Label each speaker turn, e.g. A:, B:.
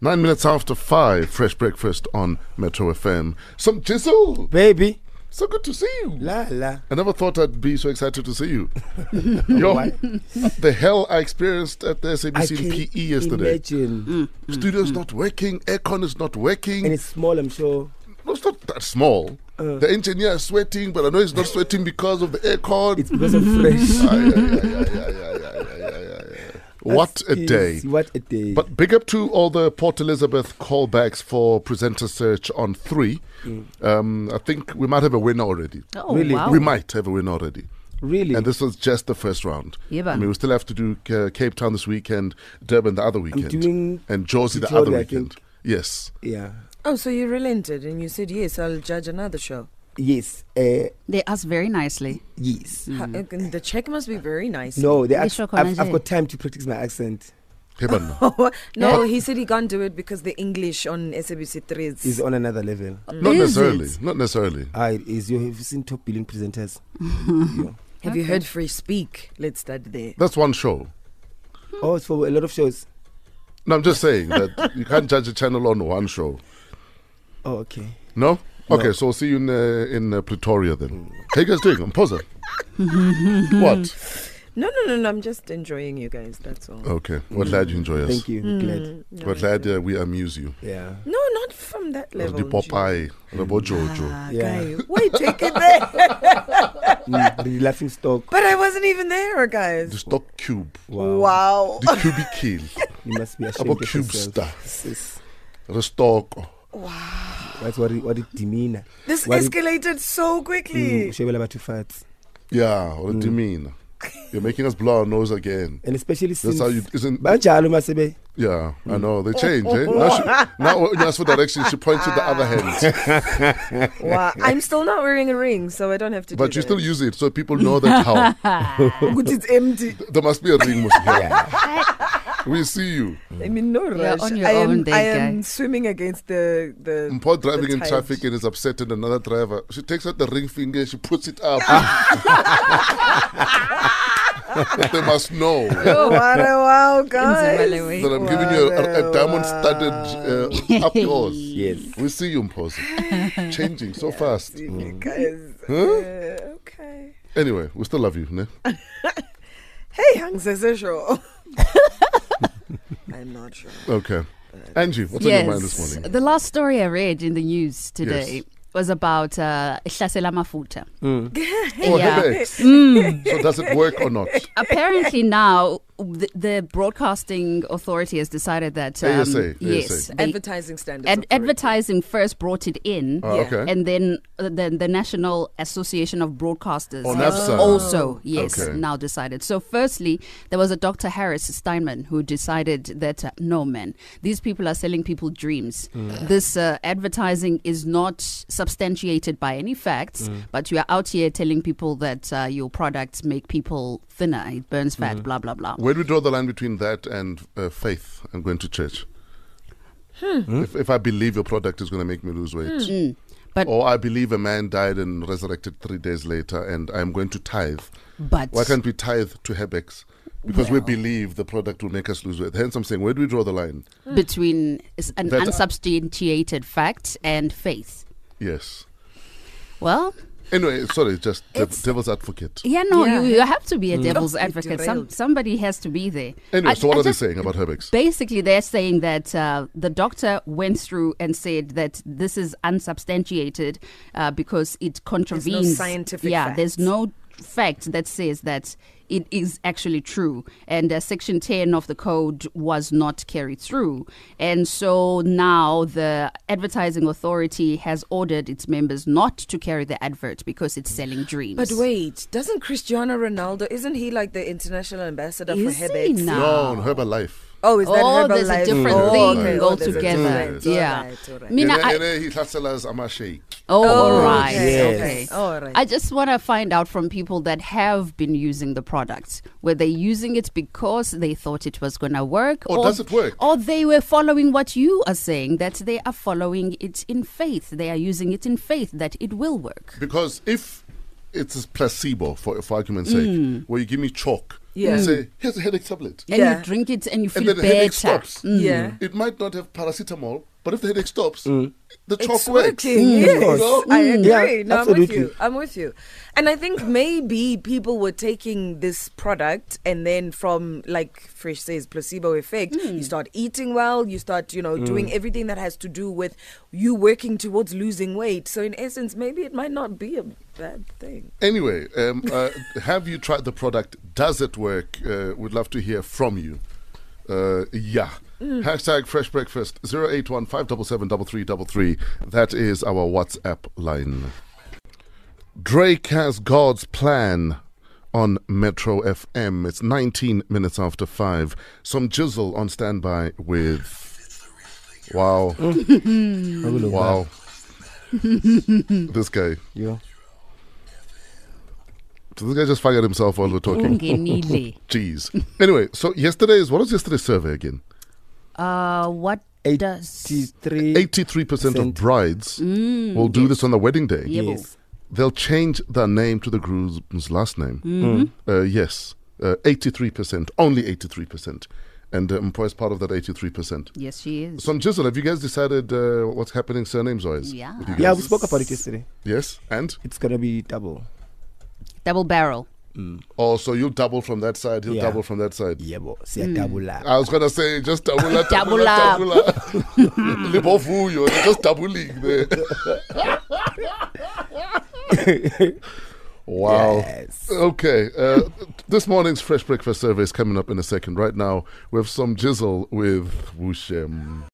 A: Nine minutes after five, fresh breakfast on Metro FM. Some chisel.
B: Baby.
A: So good to see you.
B: La la.
A: I never thought I'd be so excited to see you. Yo, the hell I experienced at the SABC in PE yesterday. Mm.
B: Imagine. Mm.
A: Studio's not working, aircon is not working.
B: And it's Uh. small, I'm sure.
A: No, it's not that small. the engineer is sweating, but I know he's not sweating because of the aircon.
B: It's because of fresh.
A: Aye, aye, aye, aye, aye, aye, aye, aye, aye, aye. What a
B: Yes,
A: day.
B: What a day.
A: But big up to all the Port Elizabeth callbacks for presenter search on three. Um, I think we might have a winner already.
C: Oh,
B: Really?
C: wow.
A: We might have a winner already.
B: really.
A: And this was just the first round.
C: Yeah,
A: I
C: man.
A: mean, we still have to do uh, Cape Town this weekend, Durban the other weekend,
B: doing
A: and Jersey the
B: Pretoria,
A: other
B: I
A: weekend.
B: think.
A: Yes.
B: yeah.
D: Oh, so you relented and you said, yes, I'll judge another show.
B: Yes. Uh,
C: They asked very nicely.
B: yes.
D: Ha- uh, the check must be very nice.
B: No, they
C: Yes,
B: act-
C: sure,
B: I've, I've
C: Konanje.
B: got time to practice my accent.
A: Heaven.
D: no, he said he can't do it because the English on SABC 3 is.
B: Is on another level.
A: Not
C: Is
A: necessarily.
C: it?
A: Not necessarily.
B: I is you have seen top billion presenters. Yeah.
D: Have you heard Free Speak? Let's start there.
A: That's one show.
B: Oh, it's for a lot of shows.
A: No, I'm just saying that you can't judge a channel on one show.
B: Oh, okay.
A: No?
B: No.
A: Okay, so see you in, uh, in uh, Pretoria then. How you guys doing? I'm pausing. what?
D: No, no, no, no. I'm just enjoying you guys. That's all.
A: Okay. We're glad you enjoy us.
B: Thank you. Glad.
D: Mm, no,
A: We're glad uh, we amuse you.
B: Yeah.
D: No, not from that
A: Of
D: level.
A: the Popeye, of the Jojo.
C: Ah,
B: Yeah.
D: Guy, why take it there?
B: Mm, the laughing stock.
D: but I wasn't even there, guys.
A: The stock cube.
B: Wow.
D: wow.
A: The cubicle.
B: You must be ashamed
A: About
B: of
A: cube
B: yourself.
A: star.
B: Sis,
A: The stock.
B: That's what it, what it demeanor.
D: This
B: What it-
D: escalated so quickly.
B: Mm, ushebela batho fats.
A: Yeah, what
B: Mm.
A: do you mean? You're making us blow our nose again.
B: And especially
A: That's
B: since
A: how you isn't
B: banjalo masebe.
A: yeah, I know. They change, eh? Now, she, now when you ask for directions, she points with the other hand.
D: Wow. I'm still not wearing a ring, so I don't have to
A: But
D: do
A: you
D: that.
A: still use it so people know that how.
D: But it's empty.
A: There must be a ring, Musi. We see you.
D: I'm in no
C: You're
D: rush.
C: on your
D: I am,
C: own there,
D: I am
C: guy.
D: swimming against the the.
A: Mpho driving
D: the
A: in
D: tide.
A: traffic and is upset and another driver. She takes out the ring finger, she puts it up. But they must know that
D: Oh, what a wow, guys!
C: Zimbabwe.
A: I'm giving you a, a diamond studded uh, up yours.
B: Yes.
A: We see you, Mposi. Changing so fast.
D: You guys. uh, okay.
A: Anyway, we still love you, ne?
D: Hey, Hang Sesesho. I'm not sure.
A: Okay. Angie, what's on your mind this morning?
C: The last story I read in the news today
A: Yes.
C: was about uh, Ihlasela Mafuta.
A: Oh,
C: Yeah.
A: headaches. So does it work or not? Uh,
C: Apparently now the, the broadcasting authority has decided that um,
A: ASA.
C: yes, they-
D: Advertising standards.
C: ad-
D: authority.
C: advertising first brought it in,
A: Oh, okay.
C: and then uh, the, the National Association of Broadcasters
A: Oh,
C: has
A: NABSA.
C: also yes
A: Okay.
C: now decided. So, firstly, there was a Dr. Harris Steinman who decided that uh, no man, these people are selling people dreams.
A: Mm.
C: This uh, advertising is not substantiated by any facts,
A: Mm.
C: but you are out here telling people that uh, your products make people thinner, it burns fat,
A: Mm-hmm.
C: blah blah blah.
A: Where do we draw the line between that and uh, faith and going to church?
C: Hmm.
A: If, if I believe your product is going to make me lose weight,
C: But-
A: or I believe a man died and resurrected three days later, and I'm going to tithe,
C: But
A: why can't we tithe to Hebex? Because we believe the product will make us lose weight. Hence, I'm saying, where do we draw the line?
C: between s- an
A: That-
C: unsubstantiated fact and faith.
A: Yes.
C: Well,
A: Anyway, sorry, just dev- devil's advocate.
C: yeah, no,
D: Yeah.
C: You, you have to be a devil's
D: Oh, it
C: advocate. Some,
D: derailed.
C: somebody has to be there.
A: Anyway,
C: I-
A: so what
C: I
A: are they
C: just-
A: saying about Hebex?
C: Basically, they're saying that uh, the doctor went through and said that this is unsubstantiated uh, because it contravenes
D: scientific
C: Yeah,
D: facts.
C: there's no fact that says that it is actually true, and uh, Section 10 of the code was not carried through, and so now the advertising authority has ordered its members not to carry the advert because it's selling dreams.
D: But wait, doesn't Cristiano Ronaldo? Isn't he like the international ambassadher
C: is
D: for
C: he
D: Hebex?
C: now?
A: No, on Herbalife.
D: Oh, is that
C: Oh,
D: Herbalife?
C: there's a different
A: Mm.
C: thing
A: okay.
D: Oh, there's a
C: altogether.
D: different-
C: Yeah.
D: all right, all right.
C: Mina,
A: Ene-
C: I-
A: ene hihlaselas amashake.
C: Oh, all
D: okay,
C: right.
B: yes.
C: Okay.
D: All right.
C: I just want to find out from people that have been using the product were they using it because they thought it was going to work,
A: Or Oh, does it work?
C: or they were following what you are saying that they are following it in faith. They are using it in faith that it will work. Mm.
A: Because if it's a placebo, for, for argument's sake, where you give me chalk
D: Yeah.
A: You say, here's a headache tablet.
C: And
D: Yeah.
C: you drink it and you feel
A: and then the headache
C: better.
A: stops.
C: Mm.
D: Yeah.
A: It might not have paracetamol, but if the headache stops,
C: Mm.
A: the chalk
D: It's
A: works.
D: working.
B: Mm, of
D: yes,
A: course.
D: I
B: Mm.
D: agree.
B: Yeah, absolutely.
D: no, I'm with you. I'm with you. And I think maybe people were taking this product, and then from like Fresh says, placebo effect.
B: Mm.
D: You start eating well. You start, you know,
A: Mm.
D: doing everything that has to do with you working towards losing weight. So in essence, maybe it might not be a bad thing.
A: Anyway, um, uh, have you tried the product? Does it work? Uh, we'd love to hear from you. Uh, yeah. Hashtag fresh breakfast 081 577 That is our WhatsApp line. Drake has God's plan on Metro FM. It's 19 minutes after 5. Some jizzle on standby with. Wow. Wow. this guy.
B: Yeah.
A: So this guy just fired himself while we're talking.
C: Ungenile.
A: Jeez. Anyway, so yesterday's what was yesterday's survey again?
C: Uh, what does. Mm,
B: 83.
A: Eighty-three percent of
B: Percent. Mm,
A: brides will do this on their wedding day.
C: Yeah. Yebo.
B: Yes.
A: They'll change their name to the groom's last name.
B: Mm-hmm.
A: Uh, yes, eighty-three percent, only eighty-three percent, and uh, Mpo is part of that eighty-three percent.
C: Yes, she is.
A: So, Jizzle, have you guys decided uh, what's happening surnames wise?
C: Yeah.
A: with you
B: Yeah,
A: guys?
B: we spoke about it yesterday.
A: Yes, and
B: It's gonna be double.
C: Double barrel.
A: oh, so you'll double from that side, he'll
B: Yeah.
A: double from that side.
B: Yeah, but see, a double up.
A: I was gonna say just tabula,
C: Double
A: tabula,
C: up.
A: tabula. Libofu, you're just doubling there. wow.
B: Yes.
A: Okay. Uh, this morning's fresh breakfast survey is coming up in a second. Right now, we have some jizzle with Wushem.